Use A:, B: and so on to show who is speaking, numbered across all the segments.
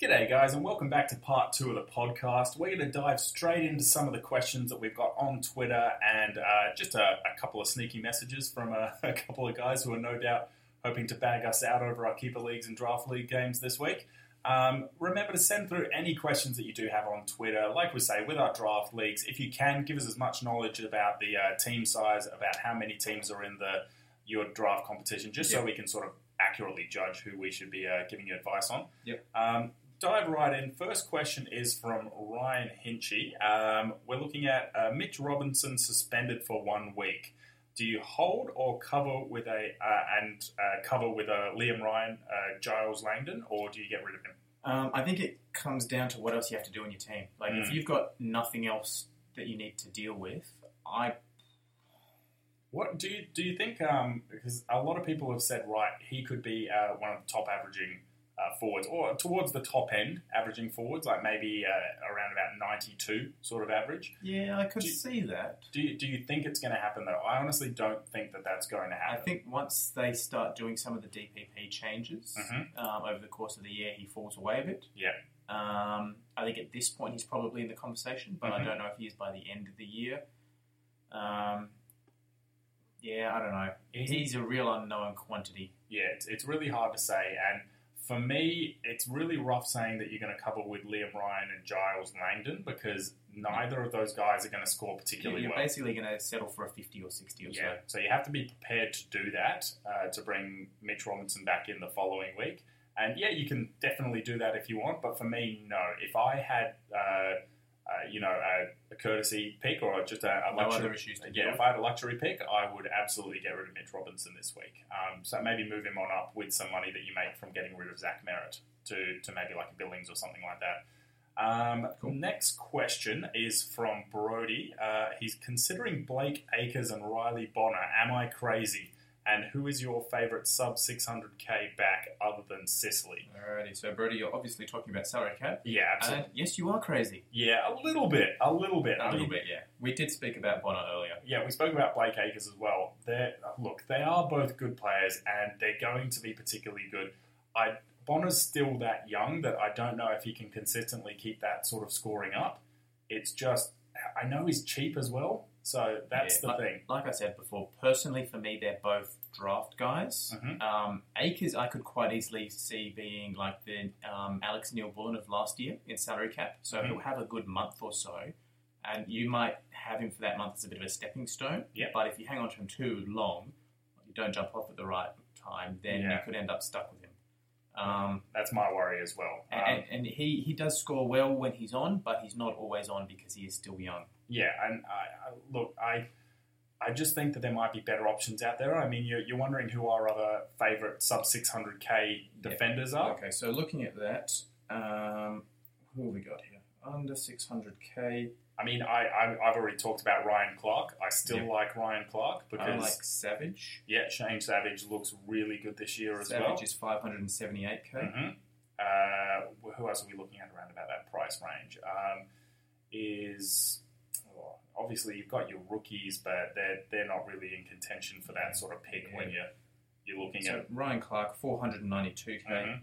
A: G'day, guys, and welcome back to part two of the podcast. We're going to dive straight into some of the questions that we've got on Twitter and uh, just a, a couple of sneaky messages from a, a couple of guys who are no doubt hoping to bag us out over our keeper leagues and draft league games this week. Um, remember to send through any questions that you do have on Twitter. Like we say, with our draft leagues, if you can, give us as much knowledge about the uh, team size, about how many teams are in the your draft competition, just so
B: Yeah.
A: we can sort of accurately judge who we should be uh, giving you advice on.
B: Yep.
A: Um, dive right in. First question is from Ryan Hinchy. Um, we're looking at uh, Mitch Robinson suspended for one week. Do you hold or cover with a uh, and uh, cover with a Liam Ryan, uh, Giles Langdon, or do you get rid of him?
B: Um, I think it comes down to what else you have to do in your team. Like if
A: Mm.
B: you've got nothing else that you need to deal with, I
A: What do you do? You think um, because a lot of people have said right, he could be uh, one of the top averaging uh, forwards, or towards the top end averaging forwards, like maybe uh, around about ninety-two sort of average.
B: yeah I could
A: Do you-
B: see that.
A: Do you, do you think it's going to happen though? I honestly don't think that that's going to
B: I
A: happen.
B: think once they start doing some of the DPP changes
A: Mhm.
B: um, over the course of the year, he falls away a bit.
A: Yeah.
B: Um, I think at this point he's probably in the conversation, but
A: Mhm.
B: I don't know if he is by the end of the year. Um, yeah, I don't know. He's a real unknown quantity.
A: yeah, it's, it's really hard to say. And for me, it's really rough saying that you're going to cover with Liam Ryan and Giles Langdon because neither of those guys are going to score particularly
B: You're
A: well.
B: basically going to settle for a 50 or 60 or so.
A: Yeah, so you have to be prepared to do that uh, to bring Mitch Robinson back in the following week. And yeah, you can definitely do that if you want, but for me, no. If I had, uh, uh, you know, a, a courtesy pick or just a, a
B: No
A: luxury,
B: other issues to deal
A: yeah,
B: with.
A: if I had a luxury pick, I would absolutely get rid of Mitch Robinson this week. Um, so maybe move him on up with some money that you make from getting rid of Zach Merritt to, to maybe like a Billings or something like that. Um,
B: Cool.
A: Next question is from Brody. Uh, he's considering Blake Akers and Riley Bonner. Am I crazy? And who is your favourite sub 600k back other than Sicily?
B: Alrighty, so Brody, you're obviously talking about salary cap.
A: Yeah, absolutely.
B: And yes, you are crazy.
A: yeah, a little bit, a little bit. I
B: A little
A: mean,
B: bit, yeah. We did speak about Bonner earlier.
A: yeah, we spoke about Blake Acres as well. They're, look, they are both good players, and they're going to be particularly good. I Bonner's still that young that I don't know if he can consistently keep that sort of scoring up. It's just I know he's cheap as well, so that's
B: Yeah,
A: the
B: like,
A: thing.
B: Like I said before, personally for me, they're both draft guys.
A: Mhm.
B: Um, Akers, I could quite easily see being like the um, Alex Neil Bullen of last year in salary cap. So
A: Mhm.
B: he'll have a good month or so, and you might have him for that month as a bit of a stepping stone.
A: Yep.
B: But if you hang on to him too long, you don't jump off at the right time, then you
A: Yeah.
B: could end up stuck with him. Um,
A: That's my worry as well.
B: and
A: Um,
B: and, and he, he does score well when he's on, but he's not always on because he is still young.
A: yeah, and I, I, look, I I just think that there might be better options out there. I mean, you're, you're wondering who our other favorite sub 600k
B: Yeah.
A: defenders are.
B: Okay, so looking at that, um, who have we got here? Under 600k.
A: I mean, I, I I've already talked about Ryan Clark. I still
B: Yeah.
A: like Ryan Clark because
B: I uh, like Savage.
A: yeah, Shane Savage looks really good this year as
B: Savage
A: well.
B: is 578k.
A: Mhm. Uh, who else are we looking at around about that price range? Um, is oh, obviously you've got your rookies, but they're they're not really in contention for that sort of pick when you're you're looking
B: So uh,
A: at.
B: Ryan Clark, 492k.
A: Mhm.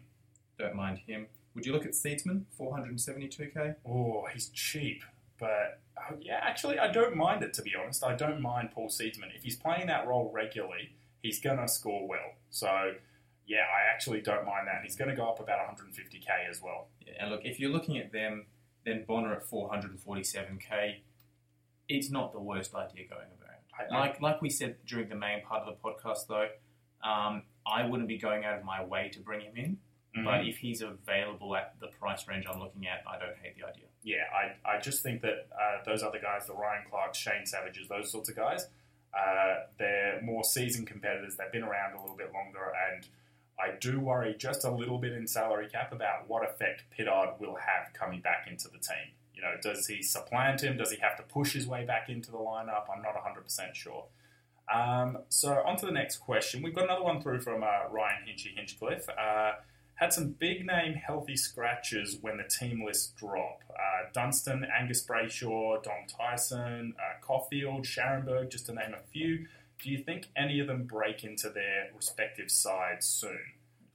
B: Don't mind him. Would you look at Seedsman, 472k?
A: Oh, he's cheap, but uh, yeah, actually, I don't mind it to be honest. I don't mind Paul Seedsman if he's playing that role regularly. He's gonna score well, so yeah, I actually don't mind that. And he's gonna go up about 150k as well.
B: Yeah, and look, if you're looking at them, then Bonner at 447k. It's not the worst idea going around.
A: I, I-
B: Like like we said during the main part of the podcast, though, um, I wouldn't be going out of my way to bring him in.
A: Mhm.
B: But if he's available at the price range I'm looking at, I don't hate the idea.
A: yeah, I, I just think that uh, those other guys, the Ryan Clark, Shane Savages, those sorts of guys, uh, they're more seasoned competitors. They've been around a little bit longer, and I do worry just a little bit in salary cap about what effect Pittard will have coming back into the team. You know, does he supplant him? Does he have to push his way back into the lineup? I'm not 100% sure. Um, so on to the next question. We've got another one through from uh, Ryan Hinchy Hinchcliffe. Uh, had some big name healthy scratches when the team list drop. Uh, Dunstan, Angus Brayshaw, Dom Tyson, uh, Caulfield, Sharonberg, just to name a few. Do you think any of them break into their respective sides soon?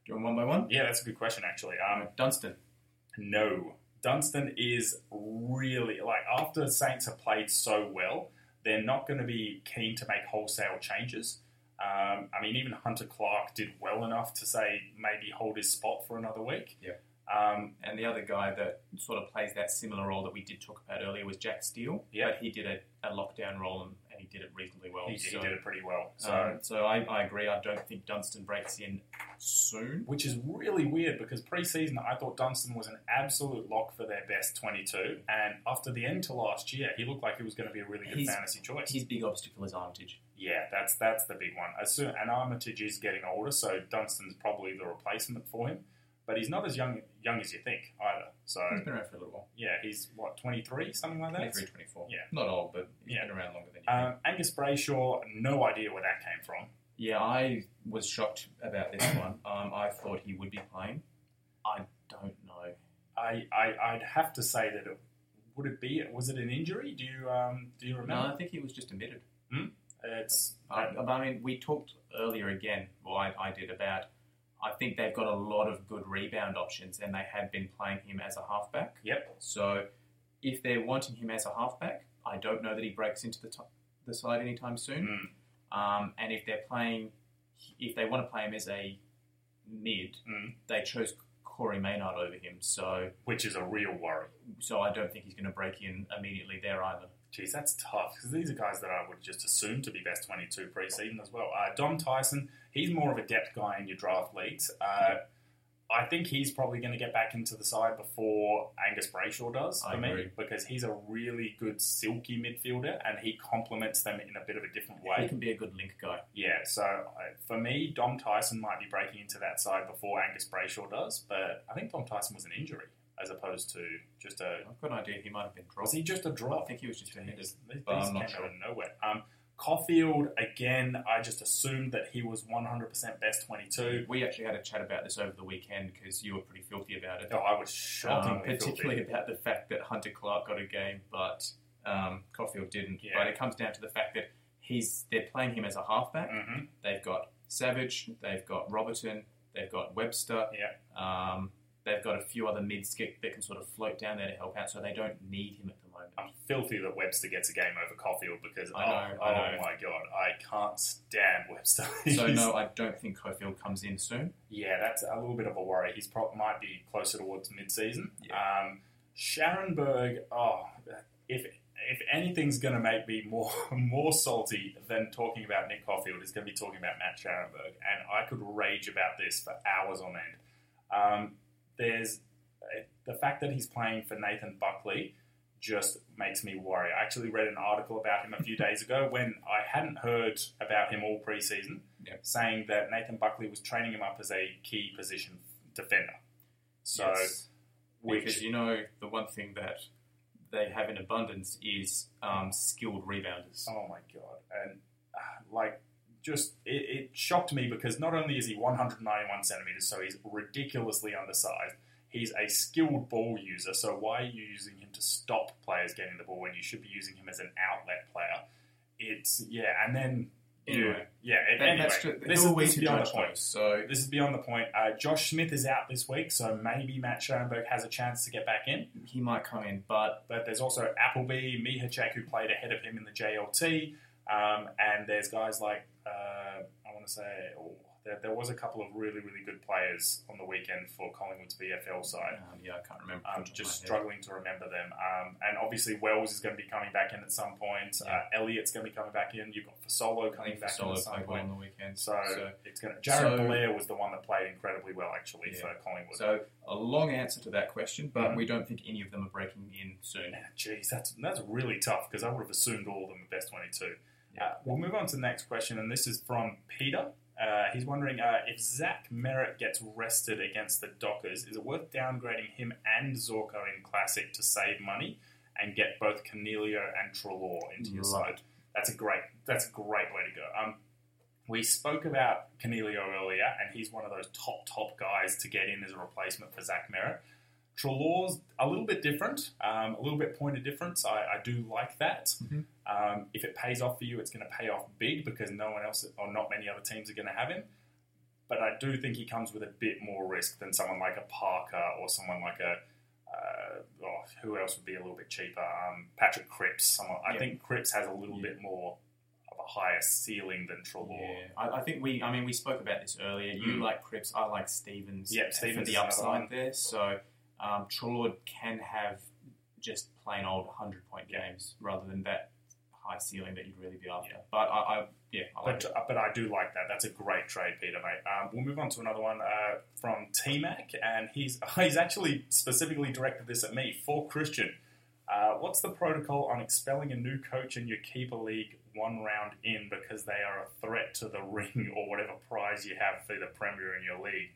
B: Do you want one by one?
A: Yeah, that's a good question, actually. Um,
B: Dunstan.
A: No, Dunstan is really like after Saints have played so well, they're not going to be keen to make wholesale changes. Um, I mean, even Hunter Clark did well enough to say maybe hold his spot for another week.
B: Yeah.
A: Um,
B: And the other guy that sort of plays that similar role that we did talk about earlier was Jack Steele.
A: Yeah.
B: But he did a, a lockdown role and, and he did it reasonably well.
A: he, he
B: so
A: did it pretty well. So,
B: um, so I, I agree. I don't think Dunstan breaks in soon.
A: which is really weird because preseason I thought Dunstan was an absolute lock for their best 22, and after the end to last year, he looked like he was going to be a really good
B: He's-
A: fantasy choice.
B: His big obstacle is Armitage.
A: Yeah, that's that's the big one. As soon, and Armitage is getting older, so Dunstan's probably the replacement for him. But he's not as young young as you think either. So
B: He's been around for a little while.
A: yeah, he's what twenty three, something like that.
B: 23, 24.
A: Yeah.
B: Not old, but he's
A: Yeah.
B: been around longer than you
A: Um,
B: think.
A: Angus Brayshaw, no idea where that came from.
B: Yeah, I was shocked about this one. Um, I thought he would be playing. I don't know.
A: I, I I'd have to say that it would it be was it an injury? Do you um do you
B: No,
A: remember?
B: I think he was just omitted.
A: It's
B: I, I mean, we talked earlier again, well, I, I did, about I think they've got a lot of good rebound options, and they had been playing him as a halfback.
A: Yep.
B: So if they're wanting him as a halfback, I don't know that he breaks into the, top, the side anytime soon.
A: mm,
B: Um, and if they're playing, if they want to play him as a mid,
A: Mm.
B: they chose Corey Maynard over him. So,
A: which is a real worry.
B: so I don't think he's going to break in immediately there either.
A: Jeez, that's tough because these are guys that I would just assume to be best 22 preseason as well. Uh, Dom Tyson, he's more of a depth guy in your draft leagues. Uh, I think he's probably going to get back into the side before Angus Brayshaw does for
B: I
A: me
B: agree.
A: because he's a really good silky midfielder and he complements them in a bit of a different
B: He
A: way.
B: can be a good link guy.
A: Yeah, so I, for me, Dom Tyson might be breaking into that side before Angus Brayshaw does, but I think Dom Tyson was an injury as opposed to just a.
B: I've got an idea he might have been
A: Was
B: dropped.
A: he just a
B: I
A: drop?
B: think he was just omitted.
A: These, these
B: but I'm
A: came
B: not
A: out
B: sure.
A: of nowhere. Um, Caulfield again. I just assumed that he was 100% best 22.
B: We actually had a chat about this over the weekend because you were pretty filthy about it,
A: Oh, I was
B: um,
A: shockingly
B: particularly
A: filthy.
B: about the fact that Hunter Clark got a game, but um, Caulfield didn't.
A: Yeah.
B: But it comes down to the fact that he's they're playing him as a halfback.
A: hmm
B: They've got Savage, they've got Robertson, they've got Webster.
A: Yeah.
B: Um, they've got a few other mids that that can sort of float down there to help out, so they don't need him at the moment.
A: I'm filthy that Webster gets a game over Caulfield because
B: I know,
A: oh,
B: I
A: oh
B: know.
A: my god, I can't stand Webster.
B: So
A: He's-
B: no, I don't think Caulfield comes in soon.
A: yeah, that's a little bit of a worry. He's pro- might be closer towards mid-season. Um, Sharonberg. Oh, if if anything's going to make me more more salty than talking about Nick Caulfield is going to be talking about Matt Scharenberg, and I could rage about this for hours on end. Um, there's uh, the fact that he's playing for Nathan Buckley just makes me worry. I actually read an article about him a few days ago when I hadn't heard about him all preseason,
B: Yeah.
A: saying that Nathan Buckley was training him up as a key position defender. So,
B: Yes. because
A: which
B: you know the one thing that they have in abundance is um, skilled rebounders.
A: Oh my god! And uh, like, just it, it shocked me because not only is he 191 centimeters, so he's ridiculously undersized. He's a skilled ball user, so why are you using him to stop players getting the ball when you should be using him as an outlet player? It's yeah, and then
B: Anyway.
A: yeah,
B: That-
A: anyway,
B: that's ju-
A: this, is,
B: who are we
A: this is
B: to
A: beyond
B: judge
A: the point.
B: those? So
A: This is beyond the point. Uh, Josh Smith is out this week, so maybe Matt Schoenberg has a chance to get back in.
B: he might come in, but
A: But there's also Appleby, Mihacek, who played ahead of him in the JLT, um, and there's guys like uh, I want to say oh, there, there was a couple of really really good players on the weekend for Collingwood's VFL
B: um,
A: side.
B: yeah, I can't remember.
A: I'm
B: off the top of
A: just
B: my head.
A: struggling to remember them. Um, and obviously Wells is going to be coming back in at some point.
B: Yeah.
A: Uh, Elliott's going to be coming back in. You've got Fasolo
B: I
A: coming
B: think
A: back
B: Fasolo
A: in at some
B: played well
A: point.
B: on the weekend.
A: So,
B: so,
A: it's going to. Jared
B: So-
A: Blair was the one that played incredibly well actually
B: Yeah.
A: for Collingwood.
B: so a long answer to that question, but
A: Mhm.
B: we don't think any of them are breaking in soon.
A: Yeah, Jeez, that's that's really tough because I would have assumed all of them are best 22.
B: Yeah.
A: Uh, we'll move on to the next question, and this is from Peter. Uh, he's wondering uh, if Zach Merritt gets rested against the Dockers, is it worth downgrading him and Zorko in Classic to save money and get both Cornelio and Trelaw into your
B: Love
A: side? That's a great that's a great way to go. Um, we spoke about Cornelio earlier, and he's one of those top top guys to get in as a replacement for Zach Merritt. Trelaw's a little bit different, um, a little bit point of difference. I, I do like that.
B: Mhm.
A: Um, if it pays off for you, it's going to pay off big because no one else or not many other teams are going to have him. But I do think he comes with a bit more risk than someone like a Parker or someone like a Uh, oh, who else would be a little bit cheaper? Um, Patrick Cripps. Someone, I
B: Yeah.
A: think Cripps has a little
B: Yeah.
A: bit more of a higher ceiling than Trelaw.
B: Yeah, I, I think we. I mean, we spoke about this earlier. You
A: Mm.
B: like Cripps, I like Stevens.
A: Yep,
B: for
A: Stevens is
B: the
A: another
B: upside
A: one.
B: there. So um, Trelord can have just plain old hundred point
A: Yeah.
B: games rather than that high ceiling that you'd really be after.
A: Yeah.
B: But I, I, yeah, I like
A: But, uh, but I do like that. That's a great trade, Peter, mate. Um, we'll move on to another one uh, from T Mac, and he's he's actually specifically directed this at me for Christian. Uh, what's the protocol on expelling a new coach in your keeper league one round in because they are a threat to the ring or whatever prize you have for the premier in your league?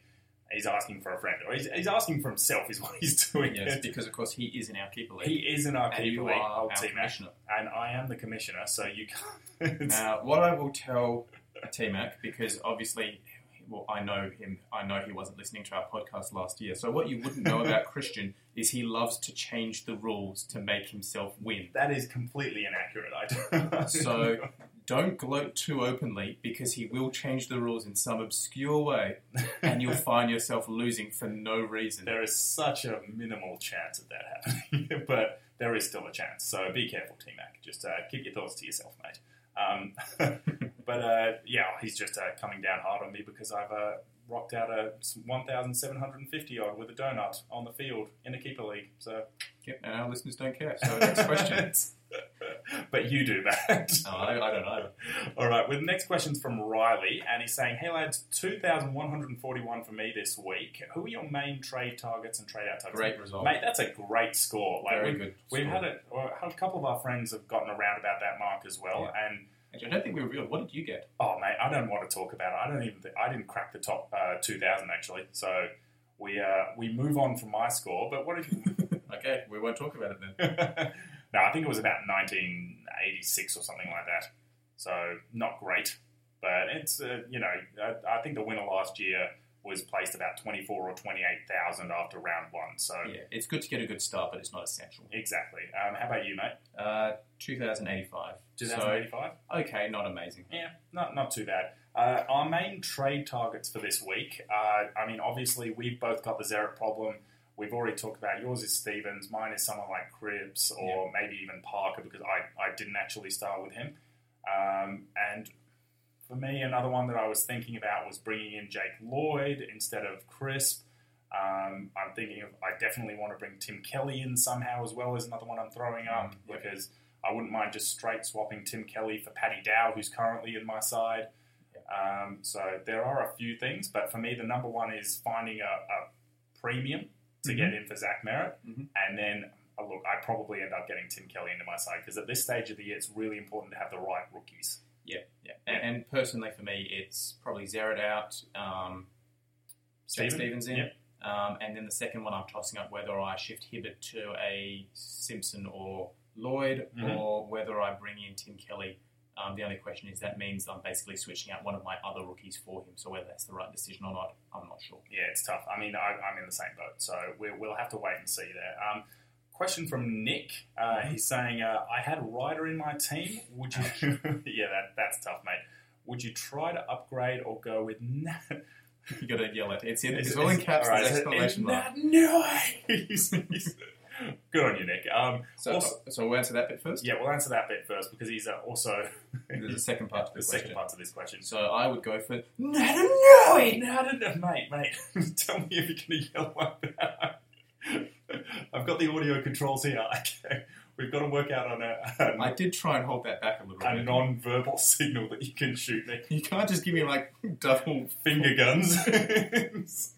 A: He's asking for a friend, or he's, he's asking for himself, is what he's doing.
B: it. Yes, because of course he is in our keeper league.
A: he is in our
B: and you
A: keeper league,
B: are our
A: old T Mac,
B: commissioner.
A: and I am the commissioner, so you can't.
B: Now, what I will tell T Mac, because obviously, well, I know him. I know he wasn't listening to our podcast last year. So what you wouldn't know about Christian is he loves to change the rules to make himself win.
A: That is completely inaccurate. I don't.
B: So- Don't gloat too openly because he will change the rules in some obscure way, and you'll find yourself losing for no reason.
A: there is such a minimal chance of that happening, but there is still a chance. So be careful, T Mac. Just uh, keep your thoughts to yourself, mate. Um, but uh, yeah, he's just uh, coming down hard on me because I've uh, rocked out a 1,750 odd with a donut on the field in a keeper league. So
B: Yep, and our listeners don't care. So next question. Oh,
A: but you do, Matt.
B: No, I, I don't know.
A: All right, well, the next question's from Riley, and he's saying, Hey lads, 2,141 for me this week. Who are your main trade targets and trade out targets?
B: Great result.
A: Mate, that's a great score. Like,
B: Very
A: we've,
B: good.
A: we've
B: score.
A: had a, or a couple of our friends have gotten around about that mark as well. And,
B: Actually, I don't think we revealed. What did you get?
A: oh, mate, I don't want to talk about it. I don't even, thi- I didn't crack the top uh, 2,000, actually. So we uh, we move on from my score, but what did you.
B: Okay, we won't talk about it then.
A: no, I think it was about 1986 or something like that. So not great, but it's uh, you know I, I think the winner last year was placed about 24 or 28 thousand after round one. So
B: Yeah, it's good to get a good start, but it's not essential.
A: exactly. Um, how about you, mate?
B: Uh, 2085. So,
A: 2085.
B: okay, not amazing.
A: Yeah, not not too bad. Uh, our main trade targets for this week. Uh, I mean, obviously, we've both got the Zeret problem. We've already talked about yours is Stevens, mine is someone like Cribs or maybe even Parker because I, I didn't actually start with him. Um, and for me, another one that I was thinking about was bringing in Jake Lloyd instead of Crisp. Um, I'm thinking of I definitely want to bring Tim Kelly in somehow as well as another one I'm throwing up
B: Mm, yeah.
A: because I wouldn't mind just straight swapping Tim Kelly for Paddy Dow, who's currently in my side. Um, so there are a few things, but for me, the number one is finding a, a premium to
B: Mm-hmm.
A: get in for Zach Merritt,
B: Mhm.
A: and then uh, look, I probably end up getting Tim Kelly into my side because at this stage of the year, it's really important to have the right rookies.
B: Yeah, yeah. And, and personally, for me, it's probably zeroed out. Um, Jack
A: Steven?
B: Stevens in.
A: Yep.
B: Um, and then the second one, I'm tossing up whether I shift Hibbert to a Simpson or Lloyd,
A: Mhm.
B: or whether I bring in Tim Kelly. Um, the only question is that means I'm basically switching out one of my other rookies for him. So whether that's the right decision or not, I'm not sure.
A: Yeah, it's tough. I mean, I, I'm in the same boat, so we, we'll have to wait and see there. Um, question from Nick. Uh, He's saying, uh, "I had Ryder in my team. Would you? yeah, that, that's tough, mate. Would you try to upgrade or go with Na-
B: You got to yell it. It's in.
A: Is-
B: It's, all in
A: is-
B: caps.
A: all right,
B: there's
A: is it-
B: exclamation
A: is
B: mark.
A: that- No, he's- he's- good on you, Nick. Um,
B: So,
A: Also-
B: so we'll answer that bit first.
A: yeah, we'll answer that bit first because he's uh, also
B: There's a second part to
A: the
B: the,
A: second
B: question.
A: part to this question.
B: So I would go for
A: No, no, no, no, no, mate, mate. Tell me if you're going to yell like that. I've got the audio controls here. Okay. We've got to work out on a,
B: I did try and hold that back a little
A: a, a
B: bit.
A: non-verbal signal that you can shoot me.
B: you can't just give me like double.
A: Finger guns.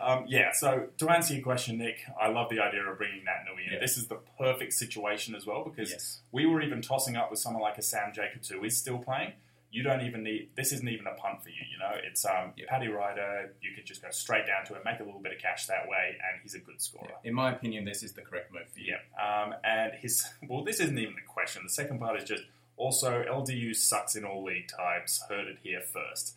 A: um, yeah. So to answer your question, Nick, I love the idea of bringing that Nui in.
B: Yeah.
A: This is the perfect situation as well because
B: Yes.
A: we were even tossing up with someone like a Sam Jacobs who is still playing. You don't even need this isn't even a punt for you, you know. It's um
B: Yeah.
A: Paddy Ryder, you could just go straight down to it, make a little bit of cash that way, and he's a good scorer.
B: In my opinion, this is the correct move for you.
A: Yeah. Um and his well, this isn't even the question. The second part is just also LDU sucks in all league types, heard it here first.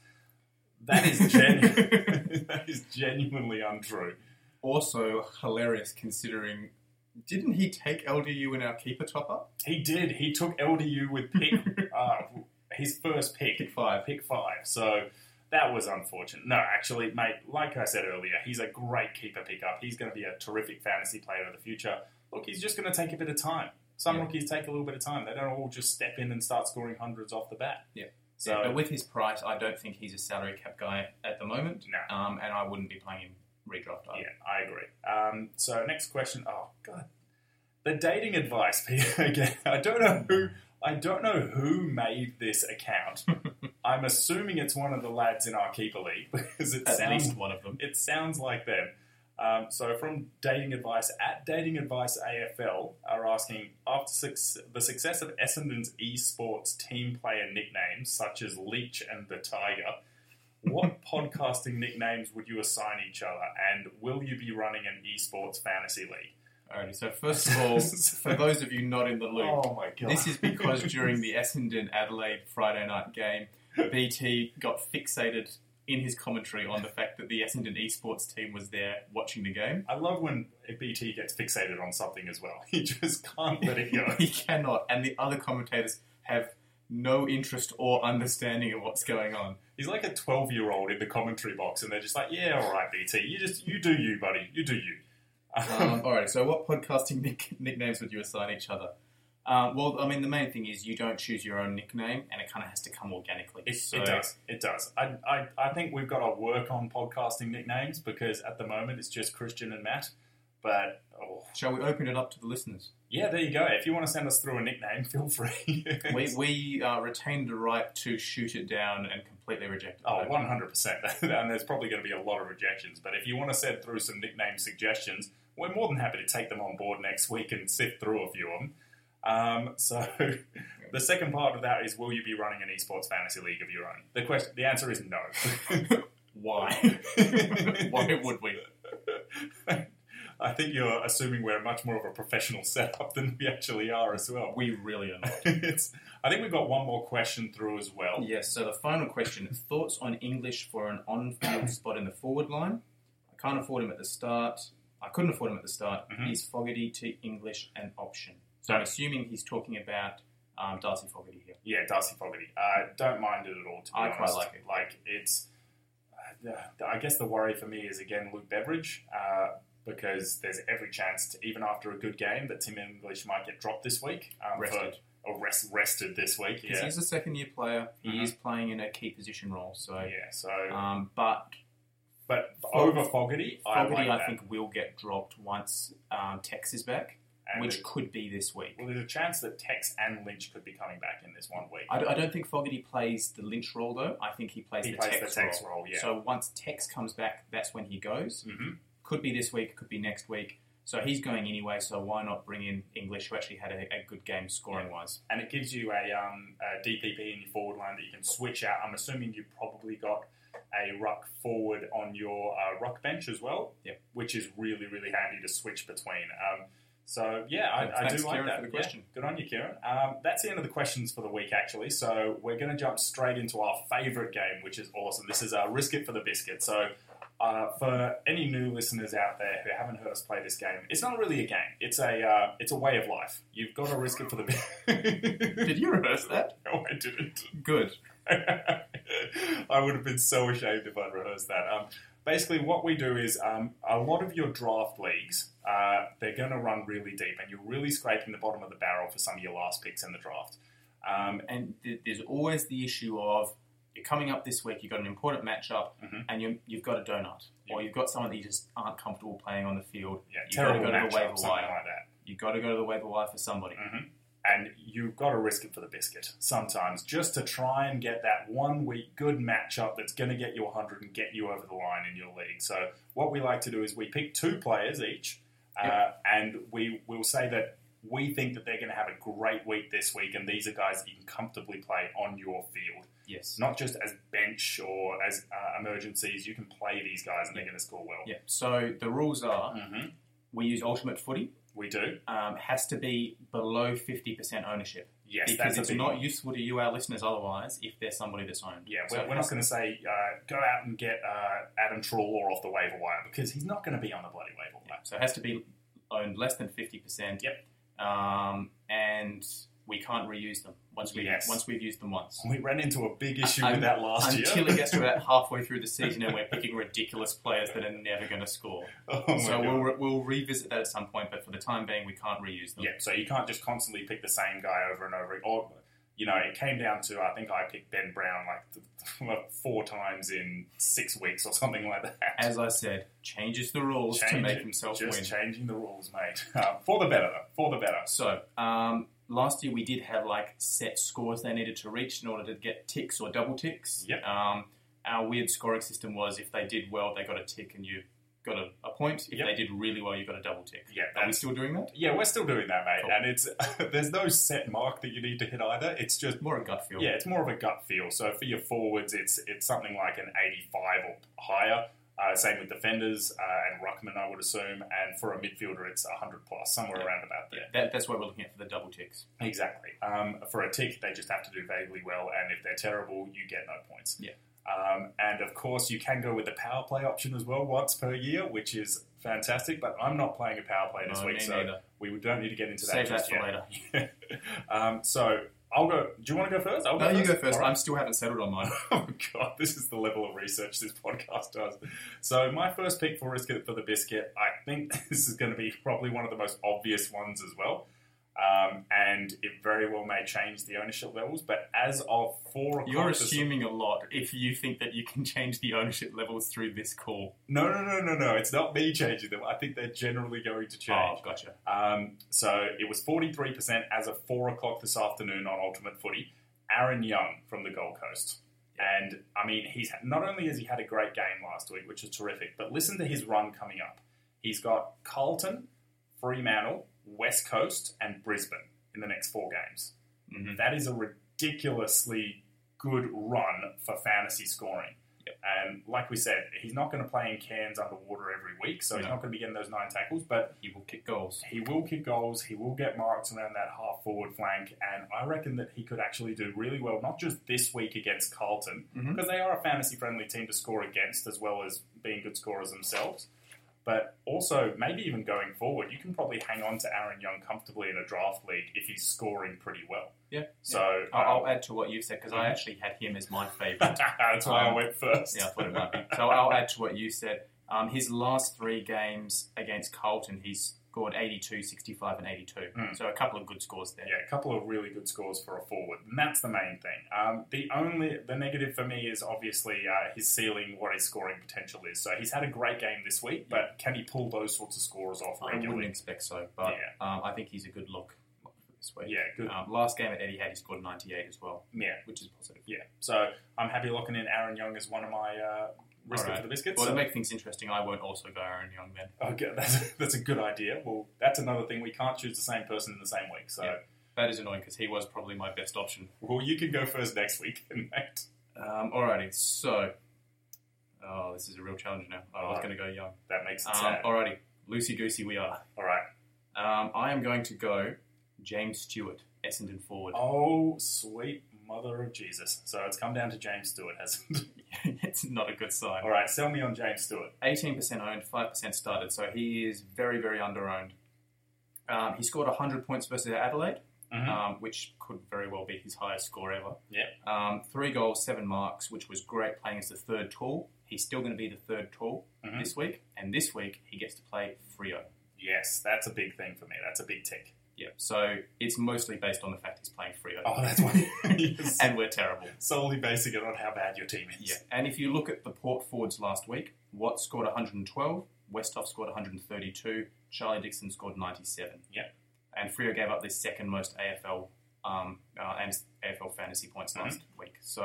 A: That is genu- that is genuinely untrue.
B: Also hilarious considering. Didn't he take LDU in our keeper top up?
A: He did. He took LDU with pick uh, his first pick.
B: Pick five.
A: pick five. So That was unfortunate. No, actually, mate, like I said earlier, he's a great keeper pickup. He's going to be a terrific fantasy player of the future. Look, he's just going to take a bit of time. Some
B: Yeah.
A: rookies take a little bit of time. They don't all just step in and start scoring hundreds off the bat.
B: Yeah.
A: So,
B: but with his price, I don't think he's a salary cap guy at the moment.
A: No.
B: Um, and I wouldn't be playing him redraft either.
A: yeah, I agree. Um, so, next question. Oh, God. The dating advice, Peter, again. I don't know who. I don't know who made this account. I'm assuming it's one of the lads in our keeper league because it
B: At
A: sounds
B: least one of them.
A: It sounds like them. Um, so from Dating Advice at Dating Advice AFL are asking after six, the success of Essendon's esports team player nicknames such as Leech and the Tiger, what podcasting nicknames would you assign each other, and will you be running an esports fantasy league?
B: Alrighty, so first of all, for those of you not in the loop,
A: my
B: This is because during the Essendon Adelaide Friday night game, BT got fixated in his commentary on the fact that the Essendon esports team was there watching the game.
A: I love when BT gets fixated on something as well. He just can't let it go.
B: he cannot, and the other commentators have no interest or understanding of what's going on.
A: He's like a 12 year old in the commentary box, and they're just like, yeah, all right, BT, you just, you do you, buddy, you do you.
B: Um, all right, so what podcasting nick- nicknames would you assign each other? Um, well, I mean, the main thing is you don't choose your own nickname, and it kind of has to come organically.
A: it,
B: So-
A: it does. It does. I, I, I think we've got to work on podcasting nicknames because at the moment it's just Christian and Matt. But, oh.
B: Shall we open it up to the listeners?
A: yeah, there you go. If you want to send us through a nickname, feel free.
B: we we uh, retain the right to shoot it down and completely reject it.
A: Oh, 100%. and there's probably going to be a lot of rejections. But if you want to send through some nickname suggestions, we're more than happy to take them on board next week and sift through a few of them. Um, so the second part of that is will you be running an esports fantasy league of your own? The question, the answer is no.
B: Why? Why would we?
A: I think you're assuming we're much more of a professional setup than we actually are as well.
B: We really are not.
A: it's, I think we've got one more question through as well.
B: Yes, so the final question thoughts on English for an on field spot in the forward line? I can't afford him at the start. I couldn't afford him at the start.
A: Mhm.
B: Is Fogarty to English an option? So I'm assuming he's talking about um, Darcy Fogarty here.
A: Yeah, Darcy Fogarty. Uh, don't mind it at all. To be
B: I
A: honest.
B: quite like it.
A: Like it's, uh, I guess the worry for me is again Luke Beveridge uh, because there's every chance, to, even after a good game, that Tim English might get dropped this week. Um, for-
B: Rested.
A: or rest, rested this week.
B: Because
A: Yeah,
B: he's a second year player. He
A: Mhm.
B: is playing in a key position role. So,
A: yeah. So,
B: um, but
A: but
B: Fog-
A: over Fogarty, I
B: Fogarty,
A: like
B: I,
A: that.
B: think, will get dropped once um, Tex is back,
A: And
B: which
A: it-
B: could be this week.
A: well, there's a chance that Tex and Lynch could be coming back in this one week.
B: I, d- I don't think Fogarty plays the Lynch role, though. I think he plays,
A: he
B: the,
A: plays
B: Tex
A: the Tex
B: role.
A: role. yeah.
B: So once Tex comes back, that's when he goes.
A: hmm
B: Could be this week, could be next week. So he's going anyway, so why not bring in English, who actually had a, a good game scoring wise?
A: and it gives you a, um, a DPP in your forward line that you can switch out. I'm assuming you probably got a ruck forward on your uh, ruck bench as well,
B: Yep.
A: which is really really handy to switch between. Um, so yeah, I, I do
B: Thanks,
A: like
B: Kieran,
A: that.
B: for the
A: Yeah.
B: question.
A: Good on you, Kieran. Um, that's the end of the questions for the week, actually. So we're going to jump straight into our favourite game, which is awesome. This is our Risk It for the Biscuit. So uh, for any new listeners out there who haven't heard us play this game, it's not really a game. It's a uh, it's a way of life. You've got to risk it for the biscuit.
B: Did you reverse that?
A: no, I didn't.
B: Good.
A: I would have been so ashamed if I'd rehearsed that. Um, basically, what we do is um, a lot of your draft leagues, uh, they're going to run really deep, and you're really scraping the bottom of the barrel for some of your last picks in the draft. Um,
B: And th- there's always the issue of you're coming up this week, you've got an important matchup,
A: Mhm.
B: and you, you've got a donut,
A: Yeah.
B: or you've got someone that you just aren't comfortable playing on the field.
A: yeah,
B: You've
A: terrible
B: gotta go to the
A: matchup,
B: waiver
A: something
B: wire.
A: like that.
B: You've got to go to the waiver wire for somebody.
A: Mhm. And you've got to risk it for the biscuit sometimes, just to try and get that one week good matchup that's going to get you 100 and get you over the line in your league. So what we like to do is we pick two players each, uh, and we will say that we think that they're going to have a great week this week, and these are guys that you can comfortably play on your field.
B: Yes.
A: It's not just as bench or as uh, emergencies. You can play these guys, and they're going to score well.
B: Yeah. So the rules are
A: hmm
B: we use ultimate footy,
A: We do.
B: um, has to be below 50% ownership.
A: Yes,
B: because
A: that's a
B: it's
A: big
B: not
A: one.
B: useful to you, our listeners, otherwise, if there's somebody that's owned.
A: Yeah,
B: So
A: we're,
B: it
A: we're
B: has
A: not going to say uh, go out and get uh, Adam Trelaw off the waiver wire because he's not going to be on the bloody waiver
B: Yeah,
A: wire.
B: So it has to be owned less than 50%.
A: Yep.
B: Um, and we can't reuse them once we
A: Yes.
B: once we've used them once.
A: We ran into a big issue
B: I'm-
A: with that last
B: Until
A: year.
B: it gets to about halfway through the season and we're picking ridiculous players that are never going to score.
A: oh my
B: so
A: God.
B: we'll, re- we'll revisit that at some point, but for the time being, we can't reuse them.
A: Yeah, so you can't just constantly pick the same guy over and over. Or, you know, it came down to I think I picked Ben Brown like, like four times in six weeks or something like that.
B: As I said, changes the rules to
A: Change
B: make
A: it.
B: himself
A: just
B: win.
A: changing the rules, mate, uh, for the better. though, For the better.
B: So, um, last year we did have like set scores they needed to reach in order to get ticks or double ticks.
A: Yep.
B: Um, our weird scoring system was if they did well, they got a tick and you got a, a point. If
A: Yep.
B: they did really well, you got a double tick.
A: Yeah,
B: Are we
A: that's,
B: still doing that?
A: yeah, we're still doing that, mate.
B: Cool.
A: And it's there's no set mark that you need to hit either. It's just
B: More a gut feel.
A: Yeah, it's more of a gut feel. So for your forwards, it's it's something like an 85 or higher. Uh, same with defenders uh, and ruckman, I would assume. And for a midfielder, it's 100 plus, somewhere
B: Yeah.
A: around about there.
B: That, that's what we're looking at for the double ticks.
A: Exactly. Um, for a tick, they just have to do vaguely well, and if they're terrible, you get no points.
B: Yeah.
A: Um, and of course, you can go with the power play option as well once per year, which is fantastic. But I'm not playing a power play this
B: No,
A: week,
B: me
A: so
B: neither.
A: we don't need to get into that
B: Save that
A: just
B: for later.
A: yet. um, so I'll go. Do you want to go first? I'll
B: No,
A: go
B: you go first.
A: All right.
B: I'm still haven't settled on mine.
A: Oh god, this is the level of research this podcast does. So my first pick for risk It for the biscuit, I think this is going to be probably one of the most obvious ones as well, um, and it very well may change the ownership levels. But as of four o'clock,
B: You're
A: this-
B: assuming a lot if you think that you can change the ownership levels through this call.
A: no, no, no, no, no. It's not me changing them. I think they're generally going to change.
B: Oh, gotcha.
A: Um, so it was 43% as of 4 o'clock this afternoon on Ultimate Footy. Aaron Young from the Gold Coast. And I mean, he's not only has he had a great game last week, which is terrific, but listen to his run coming up. He's got Carlton, Fremantle, West Coast, and Brisbane in the next four games.
B: Mhm.
A: That is a ridiculously good run for fantasy scoring. And like we said, he's not going to play in Cairns underwater every week, so he's
B: No.
A: not going to be getting those nine tackles. But
B: You will kick goals.
A: he will kick goals. He will get marks around that half forward flank, and I reckon that he could actually do really well, not just this week against Carlton,
B: Mhm.
A: because they are a fantasy friendly team to score against, as well as being good scorers themselves. But also, maybe even going forward, you can probably hang on to Aaron Young comfortably in a draft league if he's scoring pretty well.
B: Yeah.
A: So
B: I'll,
A: um,
B: I'll add to what you've said because I
A: Mhm.
B: actually had him as my favourite.
A: that's why I
B: Um,
A: went first.
B: yeah, I thought it might be. So I'll add to what you said. Um, his last three games against Carlton, he's scored 82, 65, and 82.
A: Mm.
B: So a couple of good scores there.
A: Yeah, a couple of really good scores for a forward, and that's the main thing. Um, the only the negative for me is obviously uh, his ceiling, what his scoring potential is. So he's had a great game this week, but can he pull those sorts of scores off
B: I wouldn't
A: regularly?
B: expect so, but
A: Yeah.
B: um, I think he's a good look for this week.
A: Yeah, good.
B: Um, last game at Eddie had, he scored 98 as well,
A: Yeah,
B: which is positive.
A: yeah. So I'm happy locking in Aaron Young as one of my uh, risk
B: All right.
A: for the biscuits.
B: Well, to
A: So-
B: make things interesting, I won't also go Aaron Young then.
A: okay, that's, that's a good idea. Well, that's another thing. We can't choose the same person in the same week. So,
B: Yeah. That is annoying because he was probably my best option.
A: well, you can go first next week, then, mate.
B: Um, alrighty, so. Oh, this is a real challenge now. I was
A: Alright.
B: going to go Young.
A: That makes it
B: Um,
A: sad.
B: alrighty, loosey goosey we are.
A: All right.
B: Um, I am going to go James Stewart, Essendon forward.
A: Oh, sweet mother of Jesus. So it's come down to James Stewart, hasn't it?
B: it's not a good sign.
A: All right, sell me on James Stewart.
B: 18% owned, 5% started, so he is very, very underowned. Um, he scored 100 points versus Adelaide,
A: Mhm.
B: um, which could very well be his highest score ever.
A: Yeah.
B: Um, three goals, seven marks, which was great playing as the third tall. He's still going to be the third tall
A: Mhm.
B: this week, and this week he gets to play Frio.
A: Yes, that's a big thing for me. That's a big tick.
B: Yeah, so it's mostly based on the fact he's playing Frio.
A: Oh, that's why Yes.
B: and we're terrible.
A: solely basing it on how bad your team is.
B: Yeah, and if you look at the port forwards last week, Watt scored 112, Westhoff scored 132, Charlie Dixon scored 97.
A: Yep.
B: And Frio gave up the second most AFL um, uh, and AFL fantasy points
A: Mm-hmm.
B: last week. So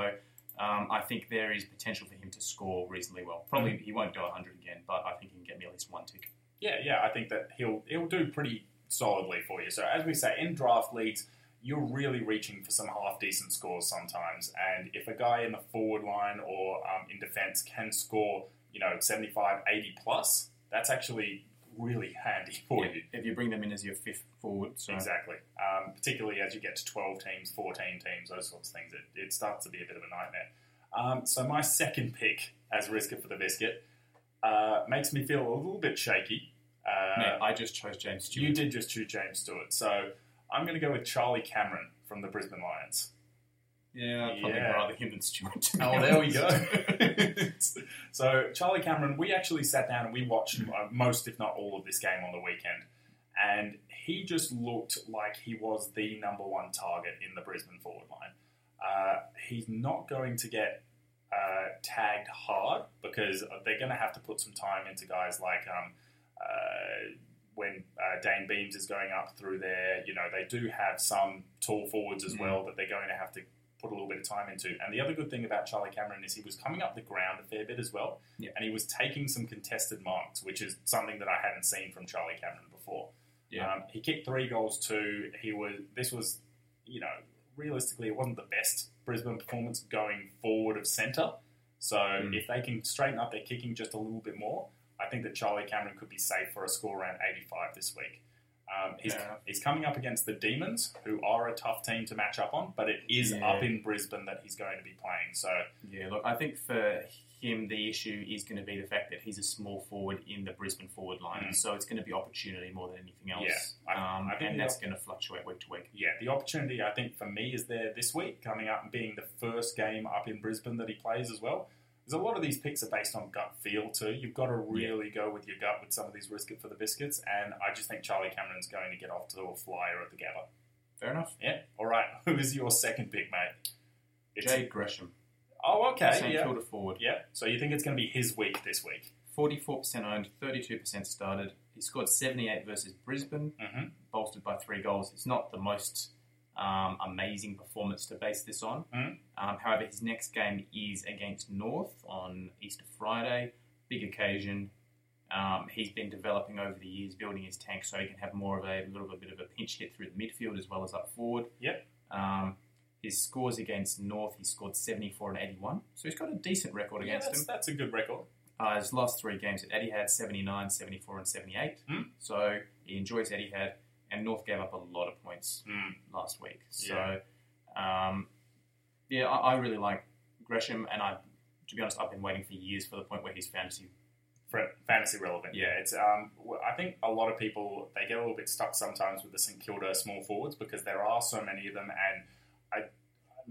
B: um, I think there is potential for him to score reasonably well. Probably
A: Mm-hmm.
B: he won't go 100 again, but I think he can get me at least one tick.
A: yeah, yeah, I think that he'll he'll do pretty solidly for you. So as we say, in draft leagues, you're really reaching for some half decent scores sometimes. And if a guy in the forward line or um, in defense can score, you know, 75, 80 plus, that's actually really handy for you.
B: If you bring them in as your fifth forward, so
A: Exactly. Um, particularly as you get to 12 teams, 14 teams, those sorts of things, it, it starts to be a bit of a nightmare. Um, so my second pick as risker for the biscuit uh, makes me feel a little bit shaky. Uh,
B: Mate, I just chose James Stewart.
A: you did just choose James Stewart, so I'm going to go with Charlie Cameron from the Brisbane Lions.
B: Yeah, I'd probably
A: Yeah.
B: rather him than Stewart. to be
A: Oh, there we
B: honest.
A: So Charlie Cameron, we actually sat down and we watched uh, most, if not all, of this game on the weekend, and he just looked like he was the number one target in the Brisbane forward line. Uh, he's not going to get uh, tagged hard because they're going to have to put some time into guys like um, uh, when uh, Dane Beams is going up through there. You know, they do have some tall forwards as
B: Mm.
A: well that they're going to have to put a little bit of time into. And the other good thing about Charlie Cameron is he was coming up the ground a fair bit as well,
B: Yeah.
A: and he was taking some contested marks, which is something that I hadn't seen from Charlie Cameron before.
B: Yeah.
A: Um, he kicked three goals too. He was this was, you know, realistically it wasn't the best Brisbane performance going forward of centre. So
B: Mm.
A: if they can straighten up their kicking just a little bit more, I think that Charlie Cameron could be safe for a score around 85 this week. Um, he's,
B: Fair enough.
A: he's coming up against the Demons, who are a tough team to match up on, but it is
B: Yeah.
A: up in Brisbane that he's going to be playing. So
B: Yeah, look, I think for him, the issue is going to be the fact that he's a small forward in the Brisbane forward line,
A: Mm.
B: so it's going to be opportunity more than anything else.
A: Yeah, I-
B: um,
A: I think
B: and
A: the
B: that's going to fluctuate week to week.
A: yeah, the opportunity I think for me is there this week, coming up and being the first game up in Brisbane that he plays as well. Because a lot of these picks are based on gut feel too. You've got to really go with your gut with some of these risk it for the biscuits, and I just think Charlie Cameron's going to get off to a flyer at the Gabba.
B: Fair enough.
A: Yeah, all right. Who is your second pick, mate? It's,
B: Jade Gresham,
A: oh, okay,
B: St
A: yeah,
B: Kilda forward,
A: yeah. So you think it's going to be his week this week?
B: forty-four percent owned, thirty-two percent started. He scored seventy-eight versus Brisbane,
A: Mm-hmm.
B: bolstered by three goals. It's not the most um, amazing performance to base this on.
A: Mm.
B: Um, however, his next game is against North on Easter Friday. Big occasion. Um, he's been developing over the years, building his tank so he can have more of a little bit of a pinch hit through the midfield as well as up forward.
A: Yep.
B: Um, his scores against North, he scored 74 and 81. So he's got a decent record
A: Yeah,
B: against
A: that's,
B: them.
A: that's a good record.
B: Uh, his last three games at Etihad, 79, 74 and 78.
A: Mm.
B: So he enjoys Etihad. And North gave up a lot of points
A: Mm.
B: last week. So,
A: Yeah.
B: um, yeah, I, I really like Gresham, and I, to be honest, I've been waiting for years for the point where he's fantasy.
A: Fra- fantasy relevant. Yeah,
B: Yeah.
A: it's. Um, w- I think a lot of people they get a little bit stuck sometimes with the St Kilda small forwards because there are so many of them, and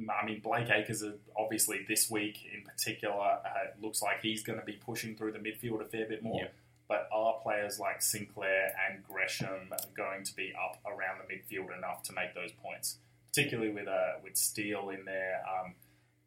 A: I, I mean Blake Acres is obviously this week in particular uh, looks like he's going to be pushing through the midfield a fair bit more.
B: Yeah.
A: But are players like Sinclair and Gresham going to be up around the midfield enough to make those points? Particularly with uh, with Steele in there, um,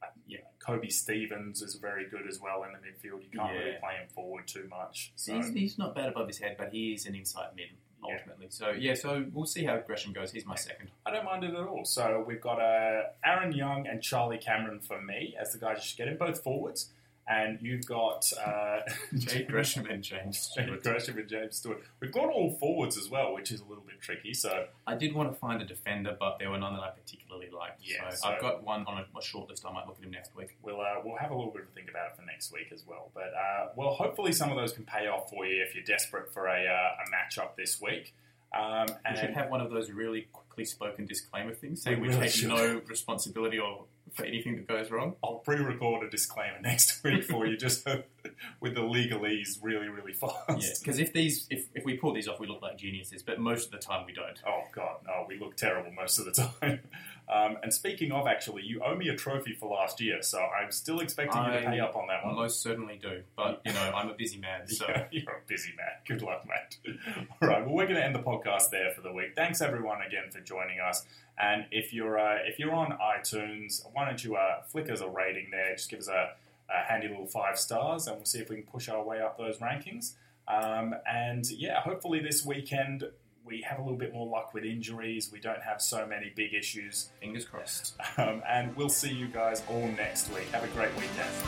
A: uh, yeah, Kobe Stevens is very good as well in the midfield. You can't really
B: Yeah.
A: play him forward too much.
B: So
A: So,
B: he's, he's not bad above his head, but he is an inside mid
A: Yeah.
B: ultimately. So yeah, so we'll see how Gresham goes. He's my second.
A: I don't mind it at all. So we've got uh, Aaron Young and Charlie Cameron for me as the guys you should get in, both forwards. And you've got uh,
B: Jade Gresham and James
A: Jake
B: Stewart.
A: Gresham and James Stewart. We've got all forwards as well, which is a little bit tricky. So
B: I did want to find a defender, but there were none that I particularly liked.
A: Yeah,
B: so,
A: so-
B: I've got one on a, a short list. I might look at him next week.
A: we'll uh, we'll have a little bit of a think about it for next week as well. But uh, well, hopefully some of those can pay off for you if you're desperate for a, uh, a matchup this week. Um,
B: We should
A: and
B: have one of those really quickly spoken disclaimer things, saying
A: We
B: we
A: Oh, really
B: take
A: should.
B: no responsibility or for anything that goes wrong.
A: I'll pre-record a disclaimer next week for you, just so, with the legalese really, really
B: Yeah,
A: fast.
B: because if these, if, if we pull these off, we look like geniuses, but most of the time we don't.
A: Oh god, no, we look terrible most of the time. Um, and speaking of, actually, you owe me a trophy for last year, so I'm still expecting you to
B: I-
A: pay up on that
B: I
A: one.
B: most certainly do, but you know I'm a busy man, so
A: Oh. Yeah, you're a busy man. Good luck, mate. All right, well, we're going to end the podcast there for the week. Thanks everyone again for joining us. And if you're uh, if you're on iTunes, why don't you uh, flick us a rating there? Just give us a, a handy little five stars, and we'll see if we can push our way up those rankings. Um, and yeah, hopefully this weekend we have a little bit more luck with injuries. We don't have so many big issues,
B: fingers crossed.
A: um, and we'll see you guys all next week. Have a great weekend.